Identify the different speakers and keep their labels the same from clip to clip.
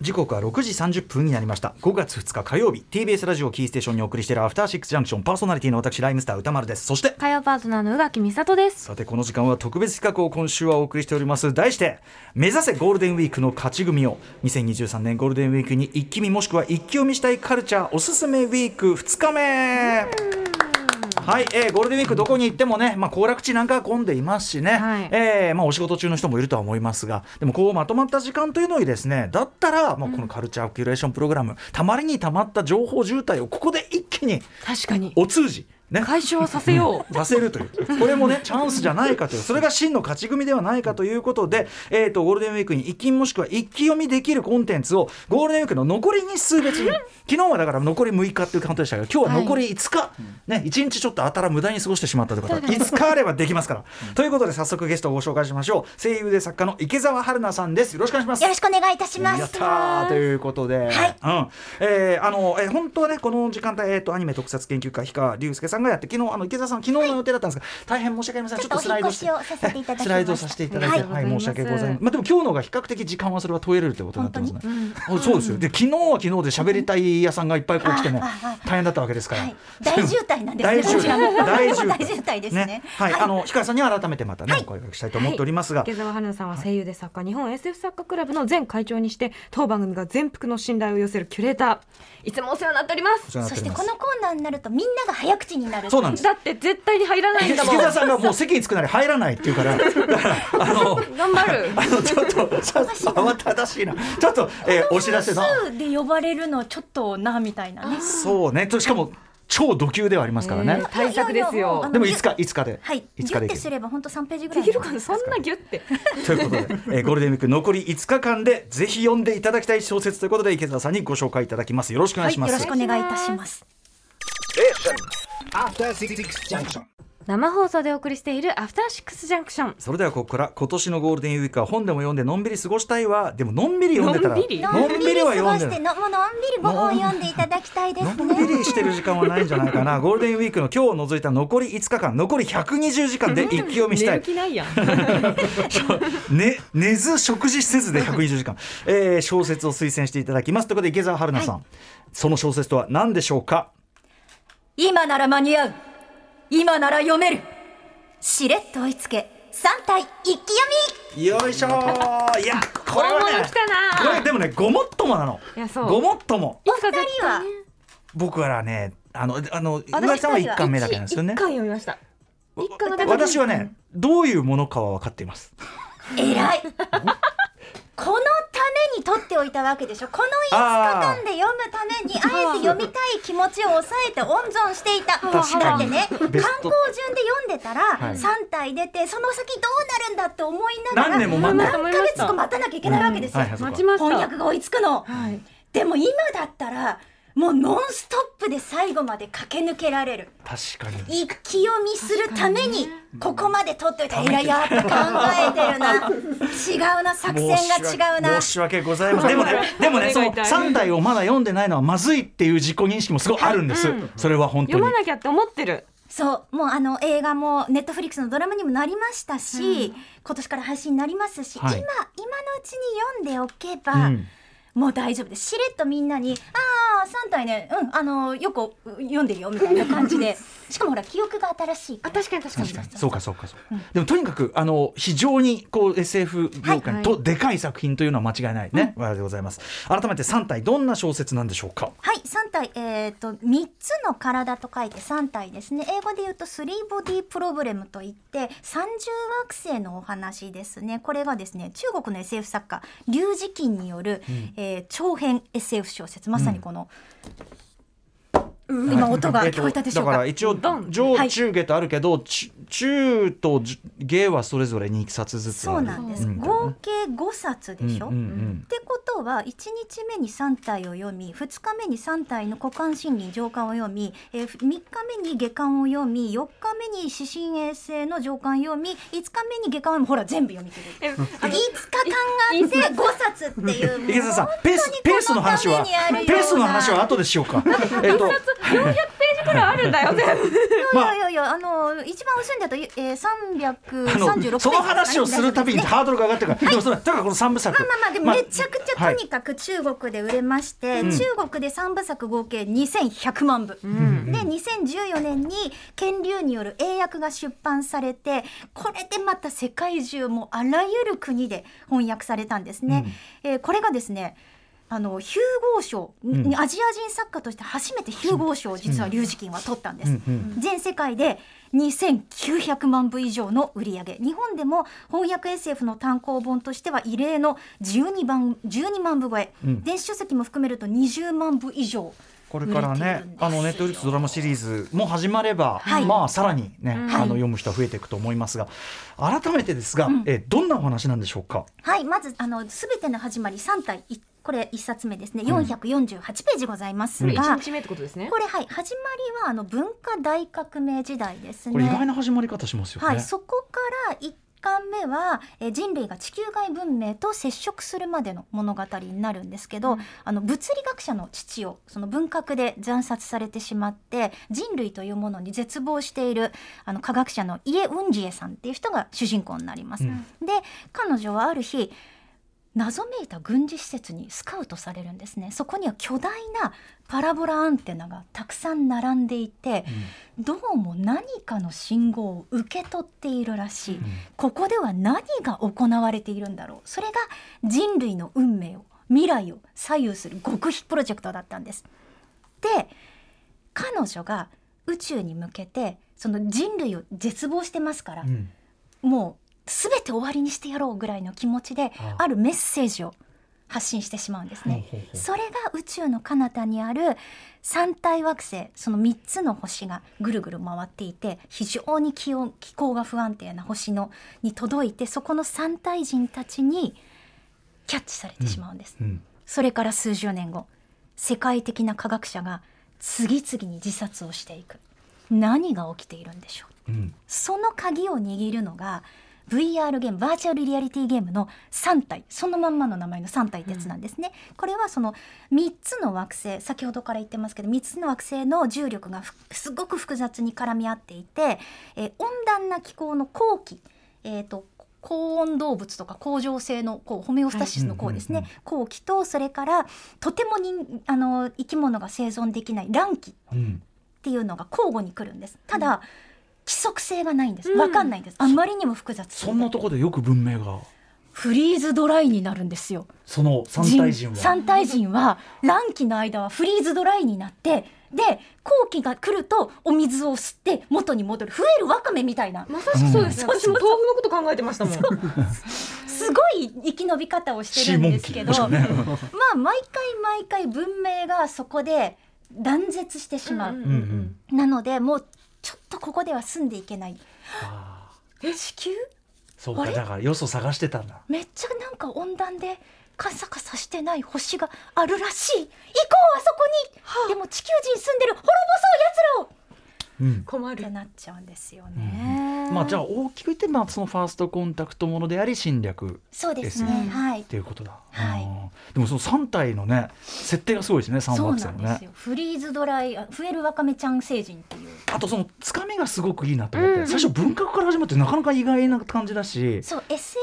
Speaker 1: 時刻は6時30分になりました5月2日火曜日 TBS ラジオキーステーションにお送りしているアフターシックスジャンクションパーソナリティの私ライムスター歌丸ですそして
Speaker 2: 火曜パートナーの宇垣美里です
Speaker 1: さてこの時間は特別企画を今週はお送りしております題して目指せゴールデンウィークの勝ち組を2023年ゴールデンウィークに一気見もしくは一気読みしたいカルチャーおすすめウィーク2日目はい、えーゴールデンウィークどこに行ってもね、まあ、行楽地なんかは混んでいますしね、
Speaker 2: はい
Speaker 1: えーまあ、お仕事中の人もいるとは思いますがでもこうまとまった時間というのにですねだったら、まあ、このカルチャーキュレーションプログラム、たまりにたまった情報渋滞をここで一気に
Speaker 2: 確かに
Speaker 1: お通じね、
Speaker 2: 解消させよ
Speaker 1: させるという、これもね、チャンスじゃないかという、それが真の勝ち組ではないかということで、えー、とゴールデンウィークに一気もしくは一気読みできるコンテンツを、ゴールデンウィークの残り日数別に、昨日はだから残り6日っていうカウントでしたけど、今日は残り5日、ね、1日ちょっとあたら無駄に過ごしてしまったという方、5日あればできますから。ということで、早速ゲストをご紹介しましょう、声優で作家の池澤春菜さんです。よろしくお願いします
Speaker 3: よ。ろしくお願いいたします。
Speaker 1: やったーということで、うんえーあのえー本当はねこの時間帯、えー、とアニメ特撮研究家氷川龍介さんがやって昨日あの池田さん昨日の予定だったんですが、大変申し訳ありません
Speaker 3: ちょっと
Speaker 1: スライド
Speaker 3: お引っ越しをさせていただきました
Speaker 1: スライドをさせていただいて、は
Speaker 2: はいい
Speaker 1: 申し訳ございませんまあでも今日のが比較的時間はそれは問えれるということになってますね
Speaker 3: 本当
Speaker 1: あそうですよで昨日は昨日で喋りたい屋さんがいっぱいこう来ても
Speaker 3: ああ
Speaker 1: 大変だったわけですから、
Speaker 3: はい、大渋滞なんですね。
Speaker 1: 大渋
Speaker 3: こちらも
Speaker 1: 滞大渋
Speaker 3: 大渋滞ですね。
Speaker 1: はい、あの氷川さんには改めてまたね、お声掛けしたいと思っておりますが、
Speaker 2: う池澤春菜さんは声優で作家、日本 SF 作家クラブの前会長にして当番組が全幅の信頼を寄せるキュレーターいつもお世話になっておりま
Speaker 1: お
Speaker 2: す
Speaker 1: 世話にな
Speaker 3: そ
Speaker 1: って
Speaker 3: し
Speaker 1: おり
Speaker 3: て
Speaker 1: ま
Speaker 3: こ
Speaker 1: す
Speaker 3: のコーナーになるとみんなが早口になる。
Speaker 1: そうなんです
Speaker 2: だって絶対に入ら ないん
Speaker 1: 池
Speaker 2: だもん
Speaker 1: 田さんがもう席に着くなり入らないっていう から、だからあの
Speaker 2: 頑張る
Speaker 1: あのちょっとさ慌ただしいな。ちょっと、えーお知らせの
Speaker 3: 数で呼ばれるのちょっとなみたいなね。
Speaker 1: そうね。としかも超ド級ではありますからね。
Speaker 2: 対策です
Speaker 3: いやいやもう
Speaker 2: よ
Speaker 3: あの
Speaker 1: でもいつかいつかで、
Speaker 3: はい、
Speaker 1: いつ
Speaker 3: ギ
Speaker 1: か
Speaker 3: ュ
Speaker 1: でいけ
Speaker 3: って
Speaker 1: る
Speaker 3: すれば本当三ページぐら
Speaker 2: で
Speaker 3: い。
Speaker 2: きるかなそんなギュって
Speaker 1: ということで、え ーゴールデンウィーク残り5日間でぜひ読んでいただきたい小説ということで池澤さんにご紹介いただきます。よろしくお願いしま
Speaker 3: よ
Speaker 1: す。
Speaker 3: ろしくお願いいたします。
Speaker 4: After Six Junction.
Speaker 2: 生放送でお送りしているアフターシックスジャンクション
Speaker 1: それではここから今年のゴールデンウィークは本でも読んでのんびり過ごしたいわでものんびり読んでたら
Speaker 2: のんびり
Speaker 3: のんびり
Speaker 1: は
Speaker 3: 過
Speaker 1: 読ん
Speaker 3: ご
Speaker 1: で
Speaker 3: し
Speaker 1: な
Speaker 3: て
Speaker 1: い
Speaker 3: の、もうのんびりご本読んでいただきたいです
Speaker 1: のんび
Speaker 3: ね。
Speaker 1: りしてる時間はないんじゃないかなゴールデンウィークの今日を除いた残り5日間残り120時間で一気読みした
Speaker 2: 寝
Speaker 1: い
Speaker 2: る気ないやん
Speaker 1: ね、寝ず食事せずで120時間、えー小説を推薦していただきますということで池澤春菜さん、その小説とは何でしょうか
Speaker 3: 今なら間に合う。今なら読める。しれっと追いつけ、三体一気読
Speaker 1: よいしょーいやこれは
Speaker 2: 大
Speaker 1: ね
Speaker 2: 物来たな
Speaker 1: これでもねごもっともなの
Speaker 2: いやそう
Speaker 1: ごもっとも
Speaker 2: いつか
Speaker 3: み。二
Speaker 2: 絶
Speaker 3: 人は
Speaker 2: 対ね
Speaker 1: 僕らはねあのあの
Speaker 3: 私
Speaker 1: 上田さんは1巻目だけなんですよね
Speaker 2: 一巻読みました一巻が出てくる
Speaker 1: 私はねどういうものかは分かっています
Speaker 3: 偉い。このために取っておいたわけでしょ。この5日間で読むために、あえて読みたい気持ちを抑えて温存していた。
Speaker 1: 確
Speaker 3: だ
Speaker 1: か
Speaker 3: っ
Speaker 1: に
Speaker 3: てね、観光順で
Speaker 1: ベスト
Speaker 3: 読んでたら、
Speaker 1: はい
Speaker 3: 3体出て、その先どうなるんだって思いながら、
Speaker 1: 何年も待
Speaker 2: って
Speaker 3: 何ヶ月か待たなきゃいけないわけですよ。
Speaker 1: うんはいはい
Speaker 2: 待ちました
Speaker 3: 翻訳が追いつくの。
Speaker 2: はい
Speaker 3: でも今だったら、もうノンストップで最後まで駆け抜けられる。
Speaker 1: 確かに
Speaker 3: 一気読みするためにここまで取っておいたらいややっぱ考えてるな違うな作戦が違うな
Speaker 1: 申し訳ございませんでも ねでもねその3体をまだ読んでないのはまずいっていう自己認識もすごいあるんです、それは本当
Speaker 2: 読
Speaker 1: に
Speaker 2: まなきゃって思ってる
Speaker 3: そうもうあの映画もネットフリックスのドラマにもなりましたし、今年から配信になりますし、
Speaker 1: はい
Speaker 3: 今今のうちに読んでおけば、
Speaker 1: うん
Speaker 3: もう大丈夫ですしれっとみんなに「ああ3体ねうんあのよく読んでるよ」みたいな感じでしかもほら記憶が新しいから
Speaker 2: 確かに確かに
Speaker 1: そうかそうかそうか、でもとにかくあの非常にこう SF 業界に
Speaker 2: はい
Speaker 1: と、でかい作品というのは間違いないね、わけでございます改めて3体どんな小説なんでしょうか
Speaker 3: はい、三体、えっ、と、三つの体と書いて三体ですね。英語で言うと、スリーボディプロブレムといって、三重惑星のお話ですね。これがですね、中国の SF 作家、リュウジキンによる、えー長編 SF 小説、まさにこの、今音が聞こえたでしょう
Speaker 1: だ
Speaker 3: か。
Speaker 1: から一応
Speaker 2: ドン
Speaker 1: 上中下とあるけど、ち中とじ下はそれぞれ2冊ずつあ
Speaker 3: そ
Speaker 1: る
Speaker 3: うなんです。
Speaker 1: うん
Speaker 3: 合計5冊でし
Speaker 1: う
Speaker 3: ょ。
Speaker 1: んうんうん
Speaker 3: ってことは1日目に3体を読み2日目に3体の股間心理上巻を読み、えー、3日目に下巻を読み4日目に指針衛星の上巻を読み5日目に下巻を読みほら全部読み切
Speaker 2: え
Speaker 3: る。
Speaker 2: あの
Speaker 3: 5日間があって5冊っていうも う
Speaker 1: 池澤さんペース
Speaker 3: 本当にこ
Speaker 1: ペースの話は
Speaker 3: ためにあるような
Speaker 1: ペースの話は後でしようかえっと
Speaker 2: 400ページくらいあるんだよ全 部
Speaker 1: まあ
Speaker 3: いやいやいやあの一番薄いんだと、えー、336
Speaker 1: あ
Speaker 3: ページ
Speaker 1: の
Speaker 3: ですかね
Speaker 1: その話をするたびに
Speaker 3: ね
Speaker 1: ハードルが上がってるから、でもそれとにかくこの3部作、
Speaker 3: まあまあでもめちゃくち
Speaker 1: は
Speaker 3: ゃ
Speaker 1: い
Speaker 3: とにかく中国で売れまして、
Speaker 1: ん
Speaker 3: 中国で3部作合計2100万部、で2014年に権流による英訳が出版されてこれでまた世界中もうあらゆる国で翻訳されたんですね、えーこれがですねあのヒューゴー賞、
Speaker 1: ん
Speaker 3: アジア人作家として初めてヒューゴー賞を実は龍樹金は取ったんです、
Speaker 1: うんうん
Speaker 3: 全世界で2900万部以上の売り上げ日本でも翻訳 SF の単行本としては異例の12万 ,12 万部超え、
Speaker 1: うん
Speaker 3: 電子書籍も含めると20万部以上
Speaker 1: これから
Speaker 3: 売れて
Speaker 1: ね
Speaker 3: るんですよ
Speaker 1: あのネットフリックスドラマシリーズも始まれば、
Speaker 3: はい
Speaker 1: まあさらにね、
Speaker 2: ん
Speaker 1: あの読む人は増えていくと思いますが改めてですが、えーどんなお話なんでしょうか
Speaker 3: はいまずあの全ての始まり3体いこれ1冊目ですね448ページございますが、
Speaker 2: 1日目ってことですね
Speaker 3: これはい始まりはあの文化大革命時代ですね。
Speaker 1: これ意外な始まり方しますよね、
Speaker 3: はい、そこから1巻目は、えー人類が地球外文明と接触するまでの物語になるんですけど、あの物理学者の父をその文革で惨殺されてしまって人類というものに絶望しているあの科学者のイエ・ウンジエさんっていう人が主人公になります。
Speaker 1: うん
Speaker 3: で彼女はある日謎めいた軍事施設にスカウトされるんですねそこには巨大なパラボラアンテナがたくさん並んでいて、どうも何かの信号を受け取っているらしい、ここでは何が行われているんだろうそれが人類の運命を未来を左右する極秘プロジェクトだったんです。で彼女が宇宙に向けてその人類を絶望してますから、
Speaker 1: うん
Speaker 3: もう全て終わりにしてやろうぐらいの気持ちで
Speaker 1: ああ
Speaker 3: あるメッセージを発信してしまうんですね
Speaker 1: ほうほうほ。う
Speaker 3: それが宇宙の彼方にある三体惑星その3つの星がぐるぐる回っていて非常に気温気候が不安定な星のに届いてそこの三体人たちにキャッチされてしまうんです。
Speaker 1: うん
Speaker 3: それから数十年後世界的な科学者が次々に自殺をしていく何が起きているんでしょう
Speaker 1: うん
Speaker 3: その鍵を握るのが VR ゲームバーチャルリアリティゲームの3体そのまんまの名前の3体ってやつなんですね、これはその3つの惑星先ほどから言ってますけど3つの惑星の重力がふすごく複雑に絡み合っていて、えー温暖な気候の後期、えー、と高温動物とか恒常性のこうホメオスタシスのこうですね、
Speaker 1: はい
Speaker 3: 後期とそれからとても人あの生き物が生存できない乱気
Speaker 1: うん
Speaker 3: っていうのが交互に来るんですただ、規則性がないんです
Speaker 2: うん
Speaker 3: わかんないんです、あまりにも複雑
Speaker 1: そんなとこでよく文明が
Speaker 3: フリーズドライになるんですよ
Speaker 1: その三体人は
Speaker 3: 三体人は乱気の間はフリーズドライになってで後期が来るとお水を吸って元に戻る増えるわかめみたいな
Speaker 2: まさしくそうですね、
Speaker 3: うん
Speaker 2: 私も豆腐のこと考えてましたもん
Speaker 3: すごい生き延び方をしてるんですけど、
Speaker 1: シーモンキーで
Speaker 3: まあ毎回毎回文明がそこで断絶してしまう、
Speaker 2: うん
Speaker 1: うんうん
Speaker 3: なのでもうちょっとここでは住んでいけない
Speaker 1: あ
Speaker 3: 地球
Speaker 1: ーそう
Speaker 3: あ
Speaker 1: か
Speaker 3: れ
Speaker 1: だからよそ探してたんだ
Speaker 3: めっちゃなんか温暖でカサカサしてない星があるらしい行こうあそこに、でも地球人住んでる滅ぼそうやつ
Speaker 1: うん
Speaker 2: 困
Speaker 3: らをっ
Speaker 2: る
Speaker 3: てなっちゃうんですよ
Speaker 1: うん
Speaker 3: ね、
Speaker 1: まあじゃあ大きく言ってまあそのファーストコンタクトものであり侵略
Speaker 3: そうですね
Speaker 1: ですね
Speaker 3: はい
Speaker 1: っていうことだ、
Speaker 3: はい
Speaker 1: あーでもその3体のね設定がすごいですね三
Speaker 3: そう
Speaker 1: 惑星
Speaker 3: な
Speaker 1: の
Speaker 3: ん
Speaker 1: ね
Speaker 3: ですよフリーズドライあ増えるわかめちゃん星人っていう
Speaker 1: あとそのつかみがすごくいいなと思って、
Speaker 2: うん
Speaker 1: 最初文革から始まってなかなか意外な感じだし
Speaker 3: そう SF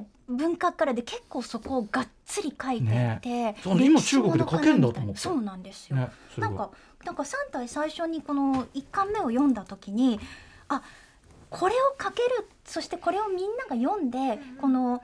Speaker 3: で文化からで結構そこをがっつり書いていて、
Speaker 1: ねそう今中国で書けんだと思って
Speaker 3: そうなんですよ、
Speaker 1: ねそれ
Speaker 3: な
Speaker 1: が
Speaker 3: んかなんか3体最初にこの1巻目を読んだ時にあこれを書けるそしてこれをみんなが読んで、この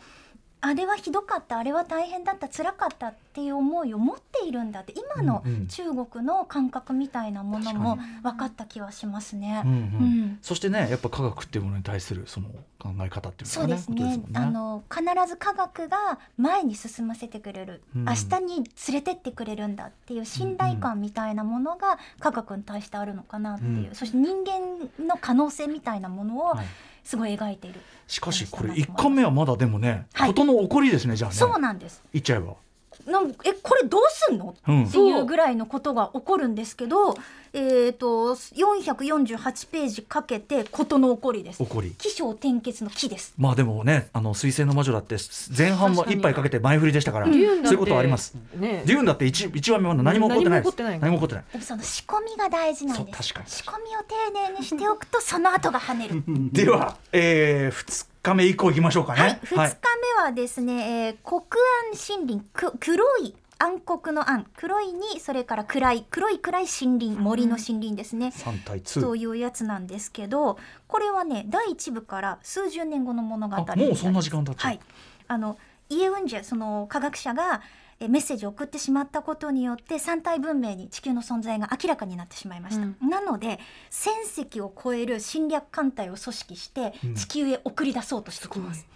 Speaker 3: あれはひどかったあれは大変だった辛かったっていう思いを持っているんだって今の
Speaker 1: うんうん
Speaker 3: 中国の感覚みたいなものも分かった気はしますね。
Speaker 1: うんう
Speaker 3: うんん
Speaker 1: そしてねやっぱ科学っていうものに対するその考え方っていう
Speaker 3: そう
Speaker 1: のが
Speaker 3: で
Speaker 1: ね
Speaker 3: すね
Speaker 1: ことですも
Speaker 3: あ
Speaker 1: んね。
Speaker 3: の必ず科学が前に進ませてくれる、
Speaker 1: うん
Speaker 3: 明日に連れてってくれるんだっていう信頼感みたいなものが科学に対してあるのかなっていう、
Speaker 1: うん
Speaker 3: そして人間の可能性みたいなものを
Speaker 1: はい
Speaker 3: すごい描いている、
Speaker 1: しかしこれ一巻目はまだでもね、
Speaker 3: はい
Speaker 1: 事の起こりですねじゃあね
Speaker 3: そうなんです
Speaker 1: 言っちゃえば
Speaker 3: なんえこれどうすんの
Speaker 1: うん
Speaker 3: っていうぐらいのことが起こるんですけど、えー、と448ページかけて事の起こりです。
Speaker 1: 怒り
Speaker 3: 起承転結の起です。
Speaker 1: まあでもねあの水星の魔女だって前半は
Speaker 2: 確かに
Speaker 1: 一杯かけて前振りでしたから
Speaker 2: デ
Speaker 1: そう
Speaker 2: ューンだって
Speaker 1: いうことはあります
Speaker 2: ね
Speaker 1: デューンだって一一話目まだ何も起こってないです
Speaker 2: 何
Speaker 1: 何も
Speaker 2: も
Speaker 1: 起こってない
Speaker 3: でもその仕込みが大事なんです。
Speaker 1: そう確かに
Speaker 3: 仕込みを丁寧にしておくとその後が 跳ねる。
Speaker 1: では、えー、2日目以降いきましょうかね
Speaker 3: はい、2日目はですね、えー黒暗森林く黒い暗黒の暗黒いにそれから暗い黒い暗い森林森の森林ですね、
Speaker 1: 3対
Speaker 3: と
Speaker 1: 2
Speaker 3: いうやつなんですけどこれはね第1部から数十年後の物語
Speaker 1: あもうそんな時間経っちゃう
Speaker 3: はいあのイエウンジェその科学者がえメッセージを送ってしまったことによって三体文明に地球の存在が明らかになってしまいました、
Speaker 2: う
Speaker 3: なので1000隻を超える侵略艦隊を組織して
Speaker 1: うん
Speaker 3: 地球へ送り出そうとしてきます、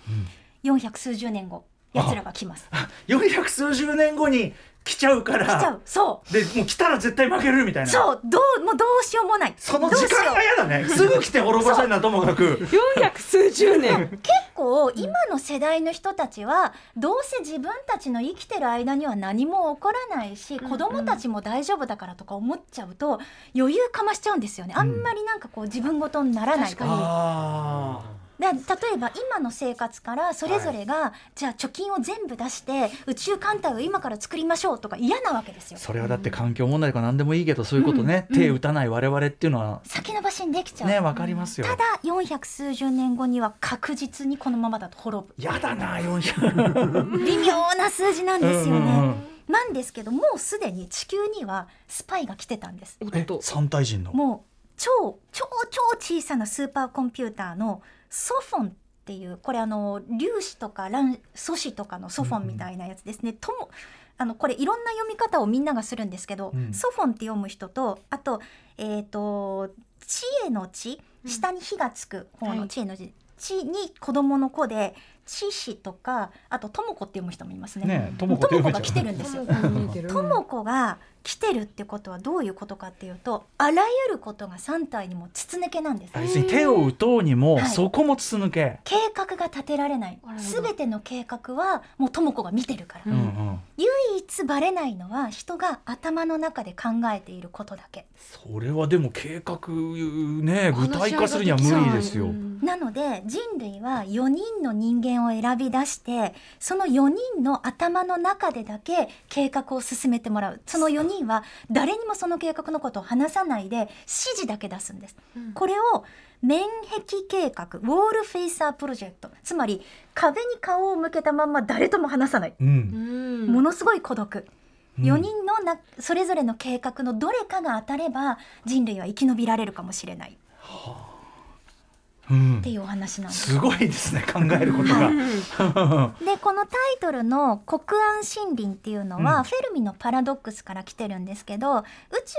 Speaker 3: 400数十年後
Speaker 1: あ
Speaker 3: 奴らが来ます
Speaker 1: 400数十年後に来ちゃうから
Speaker 3: 来ちゃうそう
Speaker 1: でもう来たら絶対負けるみたいな
Speaker 3: そうどうもうどうしようもない
Speaker 1: その
Speaker 3: どう
Speaker 1: 時
Speaker 3: しよ
Speaker 1: 間
Speaker 3: う
Speaker 1: が嫌だねすぐ来て滅ぼせんなともかく
Speaker 2: 四百数十年
Speaker 3: 結構今の世代の人たちはどうせ自分たちの生きてる間には何も起こらないし
Speaker 2: うん
Speaker 3: 子供たちも大丈夫だからとか思っちゃうと余裕かましちゃうんですよねあんまりなんかこう自分ごとにならない
Speaker 2: 確
Speaker 3: か
Speaker 2: か
Speaker 3: ら
Speaker 2: に
Speaker 1: ああ
Speaker 3: だから例えば今の生活からそれぞれが、じゃあ貯金を全部出して宇宙艦隊を今から作りましょうとか嫌なわけですよ
Speaker 1: それはだって環境問題とか何でもいいけどそういうことね、手打たない我々っていうのは
Speaker 3: 先延ばしにできちゃう、
Speaker 1: ねわかりますよ
Speaker 3: ただ400数十年後には確実にこのままだと滅 ぶ
Speaker 1: やだな400
Speaker 3: 微妙な数字なんですよ
Speaker 1: う
Speaker 3: ね、
Speaker 1: んうんうん
Speaker 3: なんですけどもうすでに地球にはスパイが来てたんです
Speaker 2: お
Speaker 1: え
Speaker 2: っと
Speaker 1: 三体人の
Speaker 3: もう超超超小さなスーパーコンピューターのソフォンっていうこれあの粒子とか卵素子とかのソフォンみたいなやつですね、ともあのこれいろんな読み方をみんながするんですけど、
Speaker 1: うん
Speaker 3: ソフォンって読む人とあとえっ、と知恵の知
Speaker 2: うん
Speaker 3: 下に火がつく方
Speaker 2: は
Speaker 3: の
Speaker 2: い
Speaker 3: 知恵の字、知に子供の子で知子とかあととも子って読む人もいますね。
Speaker 1: ねと
Speaker 3: と
Speaker 1: も
Speaker 3: も
Speaker 1: こ
Speaker 3: 子が来てるんですよ。とも
Speaker 2: も
Speaker 3: 子が来てるってことはどういうことかっていうとあらゆることが3体にも筒抜けなんです
Speaker 1: 別に手を打とうにも、
Speaker 3: はい
Speaker 1: そこも筒抜け、
Speaker 3: 計画が立てられない
Speaker 2: あらら
Speaker 3: 全ての計画はもうとも子が見てるから、
Speaker 1: うん
Speaker 2: う
Speaker 1: んうん、
Speaker 3: 唯一バレないのは人が頭の中で考えていることだけ
Speaker 1: それはでも計画ね具体化するには無理ですよ、
Speaker 3: なので人類は4人の人間を選び出してその4人の頭の中でだけ計画を進めてもらうその4人は誰にもその計画のことを話さないで指示だけ出すんですこれを面壁計画ウォールフェイサープロジェクトつまり壁に顔を向けたまんま誰とも話さない、
Speaker 1: うん
Speaker 3: も
Speaker 2: の
Speaker 3: のすごい孤独、
Speaker 1: うん
Speaker 3: 4人のなそれぞれの計画のどれかが当たれば人類は生き延びられるかもしれないっ
Speaker 1: うん
Speaker 3: ていうお話なんです。
Speaker 1: すごいですね考えることが、
Speaker 3: でこのタイトルの「国安森林」っていうの
Speaker 1: う
Speaker 3: は
Speaker 1: ん
Speaker 3: フェルミのパラドックスから来てるんですけど、宇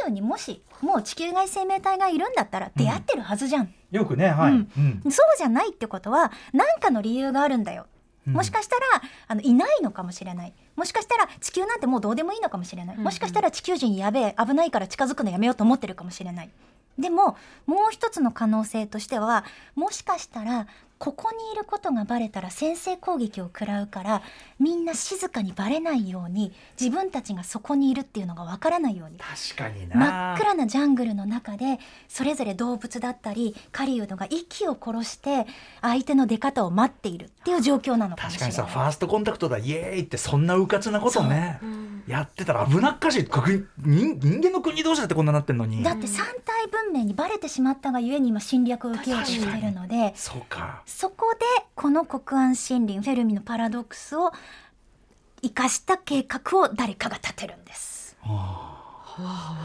Speaker 3: 宙にもしもう地球外生命体がいるんだったら出会ってるはずじゃん、
Speaker 1: よくねはい、
Speaker 3: う
Speaker 1: うんん
Speaker 3: そうじゃないってことは何かの理由があるんだよ
Speaker 1: うん
Speaker 3: もしかしたらあのいないのかもしれないもしかしたら地球なんてもうどうでもいいのかもしれない
Speaker 2: うんうん
Speaker 3: もしかしたら地球人やべえ危ないから近づくのやめようと思ってるかもしれないでももう一つの可能性としてはもしかしたらここにいることがバレたら先制攻撃を食らうからみんな静かにバレないように自分たちがそこにいるっていうのがわからないように
Speaker 1: 確かにな
Speaker 3: 真っ暗なジャングルの中でそれぞれ動物だったり狩人が息を殺して相手の出方を待っているっていう状況なのかもし
Speaker 1: 確
Speaker 3: れな
Speaker 1: か
Speaker 3: い
Speaker 1: にさファーストコンタクトだイエーイってそんなうかつなことね、やってたら危なっかしい国人人間の国同士だってこんななってんのに
Speaker 3: だって三体文明にバレてしまったがゆえに今侵略を受けようとしているので
Speaker 1: そうか
Speaker 3: そこでこの国安森林フェルミのパラドックスを生かした計画を誰かが立てるんです。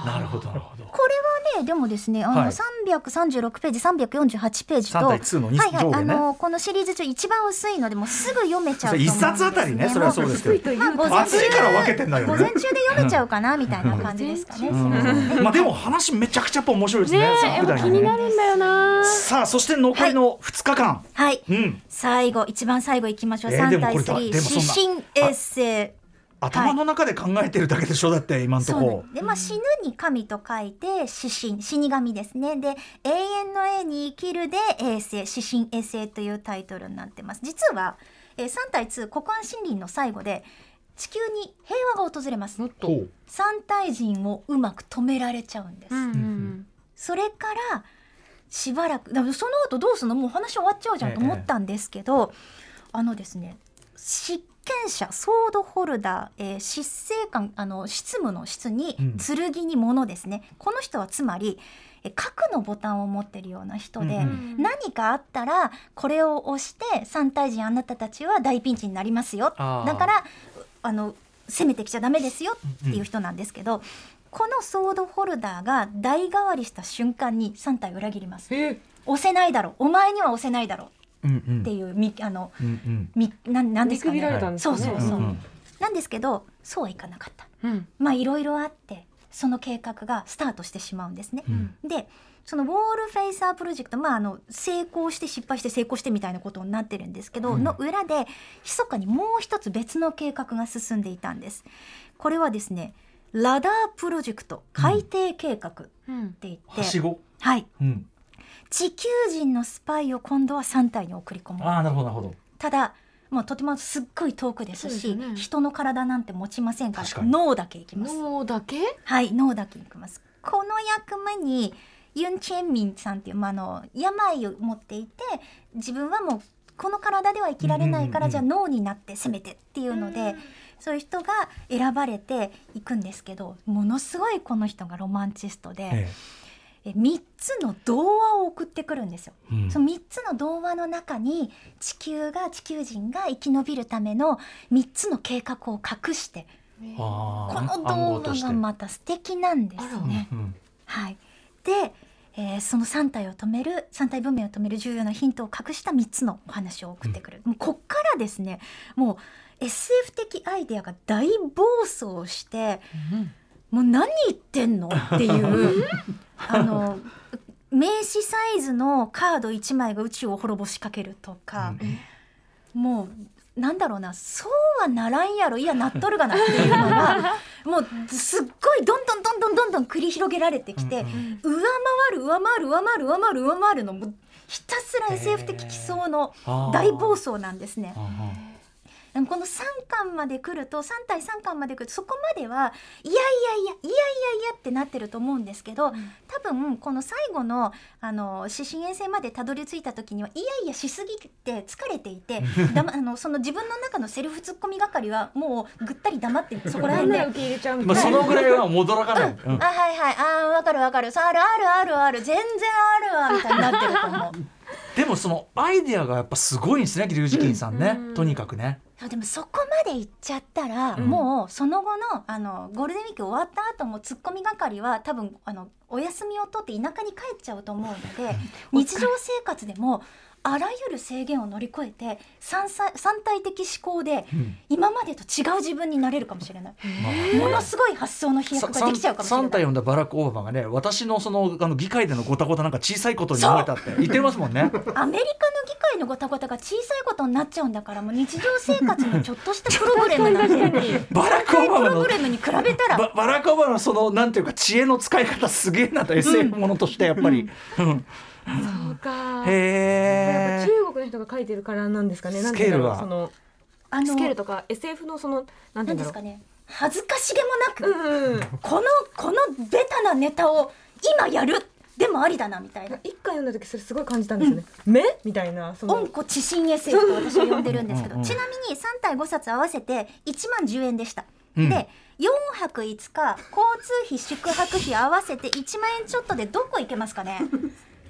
Speaker 1: なるほどなるほど
Speaker 3: これはねでもですねあ
Speaker 1: は
Speaker 3: の
Speaker 1: い
Speaker 3: 336ページ348ページと、
Speaker 1: 3対2の二
Speaker 3: はいはい、
Speaker 1: 上下ね
Speaker 3: あのこのシリーズ中一番薄いのでもうすぐ読めちゃうと思うんです、
Speaker 1: 一
Speaker 3: ね、
Speaker 1: 冊あたりねそれはそうですけど
Speaker 2: ど
Speaker 3: まあ午前中
Speaker 1: 暑いから分けてんだよ
Speaker 3: 午前
Speaker 1: ね
Speaker 3: 中で読めちゃうかなみたいな感じですかね。
Speaker 2: う
Speaker 1: うんまあでも話めちゃくちゃやっぱ面白いです
Speaker 2: ね
Speaker 1: ね
Speaker 2: えや
Speaker 1: 普
Speaker 2: っぱ
Speaker 1: 段
Speaker 2: 気になるんだよな
Speaker 1: さあそして残りの2日間、
Speaker 3: はい。
Speaker 1: うん
Speaker 3: 最後一番最後いきましょう。
Speaker 1: えーでも
Speaker 3: 三対
Speaker 1: これだ
Speaker 3: 3
Speaker 1: でもそんな
Speaker 3: 指針エッセイ。
Speaker 1: 頭の中で考えてるだけでしょだって今んと
Speaker 3: そ
Speaker 1: こ
Speaker 3: うでまあ死ぬに神と書いて指針死神ですねで永遠の永に生きるで永世指針永世というタイトルになってます実は、えー、3対2国安森林の最後で地球に平和が訪れます
Speaker 2: もっと
Speaker 4: ほう
Speaker 3: 三大人をうまく止められちゃうんです、
Speaker 2: うんうん
Speaker 3: それからしばらくだからその後どうするのもう話終わっちゃうじゃんと思ったんですけど、あのですね執権者ソードホルダー、えー執政官あの執務の質に
Speaker 1: うん
Speaker 3: 剣に物ですね、この人はつまりえー核のボタンを持ってるような人で、
Speaker 1: うん
Speaker 2: うんうん
Speaker 3: 何かあったらこれを押して三大臣あなたたちは大ピンチになりますよだ
Speaker 1: あー
Speaker 3: からうあの攻めてきちゃダメですよっていう人なんですけど、このソードホルダーが代替わりした瞬間に三体を裏切ります
Speaker 2: え
Speaker 3: 押せないだろお前には押せないだろ
Speaker 1: うんうん
Speaker 3: っていうみあの
Speaker 1: うんうん
Speaker 3: みなんなん
Speaker 2: 見
Speaker 3: ですか
Speaker 2: くびら
Speaker 3: ね
Speaker 2: れたんです
Speaker 3: そ
Speaker 2: か
Speaker 3: う
Speaker 2: ね
Speaker 3: そう
Speaker 1: うん
Speaker 3: そううんなんですけどそうはいかなかった
Speaker 2: うん
Speaker 3: まあいろいろあってその計画がスタートしてしまうんですね、
Speaker 1: うん
Speaker 3: でそのウォールフェイサープロジェクト、まあ、あの成功して失敗して成功してみたいなことになってるんですけど、
Speaker 1: うん
Speaker 3: の裏で密かにもう一つ別の計画が進んでいたんです。これはですねラダープロジェクト海底計画って
Speaker 2: うん
Speaker 3: 言って、
Speaker 1: はしご
Speaker 3: はい、
Speaker 1: うん
Speaker 3: 地球人のスパイを今度は3体に送り込む
Speaker 1: ああなるほどなるほど
Speaker 3: ただもうとてもすっごい遠くです
Speaker 2: そうです
Speaker 3: し
Speaker 2: よね
Speaker 3: 人の体なんて持ちませんから
Speaker 1: 確かに
Speaker 3: 脳だけいきます。
Speaker 2: 脳だけ
Speaker 3: はい、脳だけいきます。この役目にユン・チェンミンさんっていう、まあ、あの病を持っていて自分はもうこの体では生きられないから、
Speaker 1: うんうんうん
Speaker 3: じゃあ脳になってせめてっていうので、そういう人が選ばれていくんですけどものすごいこの人がロマンチストで、
Speaker 1: え
Speaker 3: え3つの童話を送ってくるんですよ。
Speaker 1: えうん
Speaker 3: その3つの童話の中に地球が地球人が生き延びるための3つの計画を隠して
Speaker 1: あ
Speaker 3: こ
Speaker 1: ー
Speaker 3: の
Speaker 1: 暗号
Speaker 3: 童
Speaker 1: と
Speaker 3: 話
Speaker 1: して
Speaker 3: がまた素敵なんです
Speaker 2: あら
Speaker 3: ね。
Speaker 1: うん
Speaker 3: はい、で、えーその3体を止める3体文明を止める重要なヒントを隠した3つのお話を送ってくる、もうこっからですねもう SF 的アイデアが大暴走してもう何言ってんのっていうあの名刺サイズのカード1枚が宇宙を滅ぼしかけるとか、もうなんだろうなそうはならんやろいやなっとるがなっていうのがもうすっごいどんどんどんどんどんどん繰り広げられてきて、
Speaker 1: うんうん
Speaker 3: 上回る上回る上回る上回る上回るのもうひたすら SF 的奇想の
Speaker 1: あー
Speaker 3: 大暴走なんですね。
Speaker 1: あー
Speaker 3: でもこの3巻まで来ると3対3巻まで来るとそこまではいやいやいやいやいやいやってなってると思うんですけど、多分この最後のあの指針遠征までたどり着いた時にはいやいやしすぎて疲れてい てだ、ま、あのその自分の中のセルフツッコミ係はもうぐったり黙ってそこら
Speaker 2: みん
Speaker 3: 辺で
Speaker 2: な受け入れちゃうみ
Speaker 1: まあ
Speaker 2: た
Speaker 1: そ
Speaker 2: いな
Speaker 1: のぐらいは戻らかない
Speaker 3: うんあはいはいあーわかるわかるそうあるあるあるある全然あるわ みたいになってると思う
Speaker 1: でもそのアイデアがやっぱすごいんですね龍神さんね
Speaker 2: うん
Speaker 1: とにかくね
Speaker 3: いやでもそこまで行っちゃったら、
Speaker 1: うん
Speaker 3: もうその後のあのゴールデンウィーク終わった後もツッコミ係は多分あのお休みを取って田舎に帰っちゃうと思うの で日常生活でもあらゆる制限を乗り越えて三さ三体的思考で
Speaker 1: うん
Speaker 3: 今までと違う自分になれるかもしれない、
Speaker 1: まあ
Speaker 3: ものすごい発想の飛躍ができちゃうかもしれな
Speaker 1: 3
Speaker 3: い
Speaker 1: 体呼んだバラック・オバマがね私のそのあの議会でのごたごたなんか小さいことに思えたって言ってますもんね。
Speaker 3: アメリカの議会のごたごたが小さいことになっちゃうんだからもう日常生活のちょっとしたプログラムなんで
Speaker 1: バラック・オバ
Speaker 3: プ
Speaker 1: マ
Speaker 3: ロ
Speaker 1: の
Speaker 3: グラムに比べたら
Speaker 1: ババラック・オバマのそのなんていうか知恵の使い方すげえなと SF ものとしてやっぱり。うん
Speaker 2: そうかやっぱ
Speaker 1: へえ。
Speaker 2: 中国の人が書いてるからなんですかねなんていうんだろう
Speaker 1: スケー
Speaker 2: そ
Speaker 1: ル
Speaker 2: の
Speaker 3: あ
Speaker 2: スケール
Speaker 3: の
Speaker 2: とか SF のそのなんていうん
Speaker 3: な
Speaker 2: んだ
Speaker 3: で
Speaker 2: ろ
Speaker 3: す
Speaker 2: う
Speaker 3: かね恥ずかしげもなく、
Speaker 2: うんうん
Speaker 3: このこのベタなネタを今やるでもありだなみたいな。
Speaker 2: 一回読んだ時それすごい感じたんですよね目みたいなそ
Speaker 3: 温
Speaker 2: の
Speaker 3: 故知新 SF と私は呼んでるんですけど
Speaker 1: うんうん
Speaker 3: ちなみに3対5冊合わせて1万10円でした。
Speaker 1: うん
Speaker 3: で4泊5日交通費宿泊費合わせて1万円ちょっとでどこ行けますかね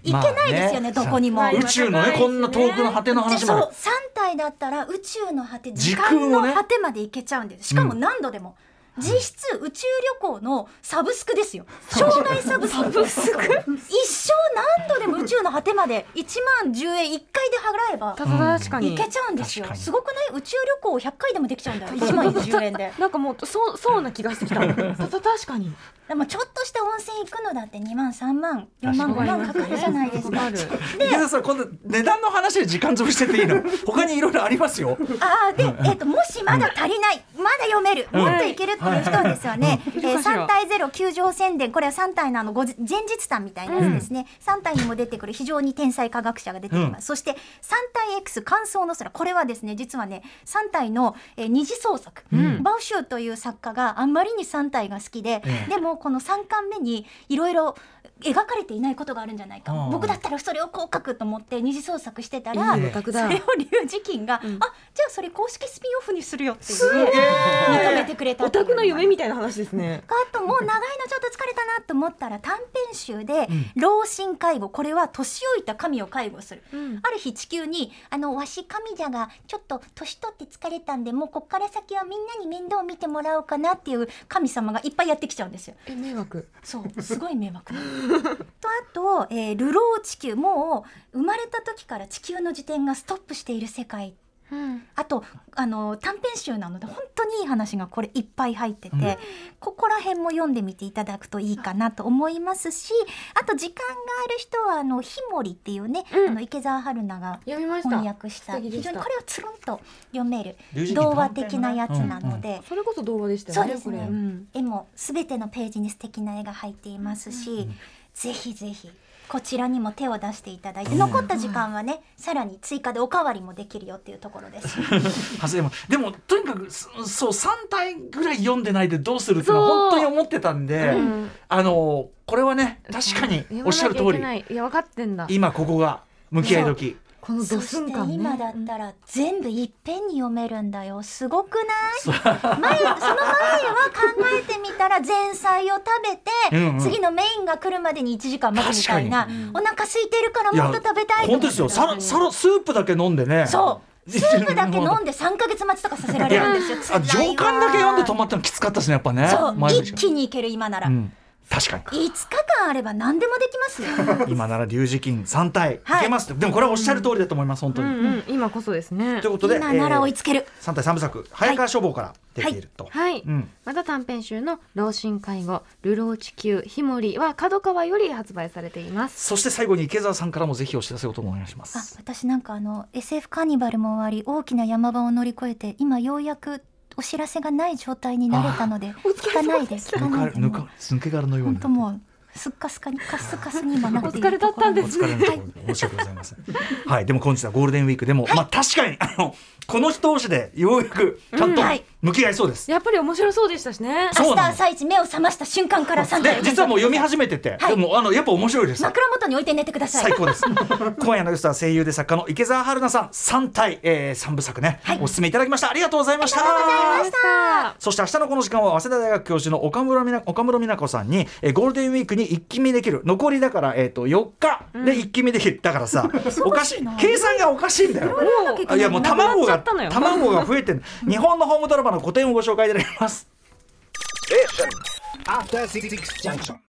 Speaker 3: 行けないです
Speaker 1: まあ
Speaker 3: よね,、
Speaker 1: ね
Speaker 3: どこにも。
Speaker 2: まあ
Speaker 1: 宇宙のねこんな遠くの果ての
Speaker 3: で
Speaker 1: 話
Speaker 3: そ
Speaker 1: まで
Speaker 3: う。3体だったら宇宙の果て時
Speaker 1: 時
Speaker 3: 間
Speaker 1: 空を
Speaker 3: の
Speaker 1: ね
Speaker 3: 果てまで行けちゃうんですしかも何度でも、実質宇宙旅行のサブスクですよ生涯サブスク一生何度でも宇宙の果てまで1万10円1回で払えば
Speaker 2: た確か
Speaker 3: 行
Speaker 2: に
Speaker 3: けちゃうんですよ
Speaker 1: 確かに
Speaker 3: すごくない宇宙旅行を100回でもできちゃうんだよ1万10円 で
Speaker 2: なんかもうそうそうな気がしてきたたた確かに
Speaker 3: でもちょっとした温泉行くのだって2万3万4万
Speaker 1: 確
Speaker 3: 5
Speaker 1: かに
Speaker 3: 万かかるじゃないですか
Speaker 2: ある
Speaker 1: 池田さん今度値段の話で時間潰してていいの 他にいろいろありますよ。
Speaker 3: ああで、えっともしまだ足りないまだ読めるもっといけるっていういう人ですよね。えー
Speaker 2: かしら
Speaker 3: 3対0球場宣伝これは3体のあのごじ前日譚みたいなやつですね、3体にも出てくる非常に天才科学者が出てきます、
Speaker 1: うん
Speaker 3: そして3体 X 乾燥の空これはですね実はね3体の、えー二次創作、
Speaker 2: ん
Speaker 3: バウシューという作家があんまりに3体が好きで、
Speaker 1: ええ
Speaker 3: でもこの3巻目にいろいろ描かれていないことがあるんじゃないか、
Speaker 1: うん
Speaker 3: 僕だったらそれをこう書くと思って二次創作してたら、
Speaker 1: いいね
Speaker 2: オタク
Speaker 3: それ
Speaker 2: だ
Speaker 3: を龍二金が、
Speaker 2: うん
Speaker 3: あじゃあそれ公式スピンオフにするよっていう
Speaker 1: すげえ
Speaker 3: 認めてくれた
Speaker 2: オ
Speaker 3: っていう
Speaker 2: タクの夢みたいな話ですね
Speaker 3: あともう長いのちょっと疲れたなと思ったら短編集で
Speaker 1: うん
Speaker 3: 「老神介護」これは年老いた神を介護する。
Speaker 2: うん
Speaker 3: ある日地球に「あのわし神じゃがちょっと年取って疲れたんでもうこっから先はみんなに面倒を見てもらおうかな」っていう神様がいっぱいやってきちゃうんですよ。
Speaker 2: え迷惑
Speaker 3: そうすごい迷惑なのとあと、えー流浪地球」もう生まれた時から地球の自転がストップしている世界
Speaker 2: うん
Speaker 3: あとあの短編集なので本当にいい話がこれいっぱい入ってて、
Speaker 1: うん
Speaker 3: ここら辺も読んでみていただくといいかなと思いますしあと時間がある人はあの「ひもり」っていうね、
Speaker 2: うん
Speaker 3: あの池澤春菜が
Speaker 2: 読みました
Speaker 3: 翻訳した
Speaker 2: 素敵で
Speaker 3: 非
Speaker 2: した
Speaker 3: 常にこれはつるんと読める
Speaker 1: 龍神
Speaker 3: 童話的なやつなので。
Speaker 2: それこそ童話でしたよね
Speaker 3: そうですね
Speaker 2: これん
Speaker 3: 絵も全てのページに素敵な絵が入っていますし、ぜひぜひこちらにも手を出していただいて、
Speaker 1: うん
Speaker 3: 残った時間はねさらに追加でおかわりもできるよっていうところです。
Speaker 1: はずでもでもとにかくそそう3体ぐらい読んでないでどうするっていうのは
Speaker 2: そう
Speaker 1: 本当に思ってたんで、
Speaker 2: うん
Speaker 1: あのこれはね確かに
Speaker 2: 読まなきゃ
Speaker 1: おっしゃる通
Speaker 2: いけ
Speaker 1: り
Speaker 2: ないいや分かってんだ
Speaker 1: 今ここが向き合い時
Speaker 2: このド
Speaker 3: そ
Speaker 2: ス
Speaker 3: し
Speaker 2: ン
Speaker 3: て
Speaker 2: 感ね
Speaker 3: 今だったら全部いっぺんに読めるんだよすごく
Speaker 1: そう
Speaker 3: ない前その前は考えてみたら前菜を食べて
Speaker 1: うんうん
Speaker 3: 次のメインが来るまでに1時間待つみたいな
Speaker 1: 確
Speaker 2: かに
Speaker 3: お腹空いてるからもっと食べた
Speaker 1: 本
Speaker 3: いと思
Speaker 1: 当
Speaker 3: っ
Speaker 1: で
Speaker 3: て
Speaker 1: すよさらさらスープだけ飲んでね
Speaker 3: そうスープだけ飲
Speaker 1: も
Speaker 3: んで3か月待ちとかさせられるんですよ
Speaker 1: うあ
Speaker 3: 辛
Speaker 1: 上
Speaker 3: いわ
Speaker 1: 巻だけ読んで止まったのきつかったですねやっぱね前
Speaker 3: そ
Speaker 1: の
Speaker 3: う
Speaker 1: 時
Speaker 3: 一
Speaker 1: 間
Speaker 3: 気にいける今なら、
Speaker 1: うん、確かに
Speaker 3: 5日間あれば何でもできますよ
Speaker 1: 今なら龍神金3体い
Speaker 3: はい
Speaker 1: けますって、でもこれはおっしゃる通りだと思います本当
Speaker 2: う
Speaker 1: に、
Speaker 2: んうん今こそですね
Speaker 1: ということで、
Speaker 3: 今なら追いつける、
Speaker 1: 3体3部作早川書房から出ていると、
Speaker 2: はい、
Speaker 1: うん
Speaker 2: また短編集の「老神介護流浪地球ひもり」は角川より発売されています
Speaker 1: そして最後に池澤さんからもぜひお知らせをともお願いしま
Speaker 3: あ
Speaker 1: す。
Speaker 3: 私なんかあの SF カーニバルも終わり大きな山場を乗り越えて今ようやくお知らせがない状態になれたので聞かないで聞か
Speaker 1: ぬか
Speaker 3: ない
Speaker 1: る
Speaker 3: で
Speaker 1: ぬか抜け殻のよう
Speaker 3: 本
Speaker 1: に。
Speaker 3: 当もうすっかすかにカスカスに今なってい
Speaker 2: お疲れ
Speaker 3: る
Speaker 2: だ
Speaker 3: と
Speaker 2: っ
Speaker 3: ころ
Speaker 2: たんで
Speaker 1: お
Speaker 2: す
Speaker 1: 疲れのところで申し訳ございません。はい、でも本日はゴールデンウィークでも、まあ確かにあのこの人同士でようやくちゃんと
Speaker 3: うんはい
Speaker 1: 向き合いそうです。
Speaker 2: やっぱり面白そうでしたしね
Speaker 1: そう
Speaker 3: 明日
Speaker 1: なの
Speaker 3: 朝一目を覚ました瞬間から3
Speaker 1: で
Speaker 3: 体
Speaker 1: 実はもう読み始めてて、
Speaker 3: は
Speaker 1: で
Speaker 3: い
Speaker 1: もあのやっぱ面白いです。
Speaker 3: 枕元に置いて寝てください
Speaker 1: 最高です。今夜のゲストは声優で作家の池澤春菜さん、三体、えー、三部作ね、お勧めいただきました。ありがとうございました。
Speaker 2: あした
Speaker 1: そして明日のこの時間は早稲田大学教授の岡村みな岡室美奈子さんに、えーゴールデンウィークに一気見できる残りだから、えー、と4日で一気見できる、だから さおかしい
Speaker 3: な
Speaker 1: 計算がおかしいんだよ。
Speaker 2: も
Speaker 1: あいやもう卵
Speaker 2: なくなっちゃ
Speaker 1: が
Speaker 2: ったのよ
Speaker 1: 卵が増えて る日本のホームドラマの古典をご紹介いただきます。
Speaker 4: After Six Junction.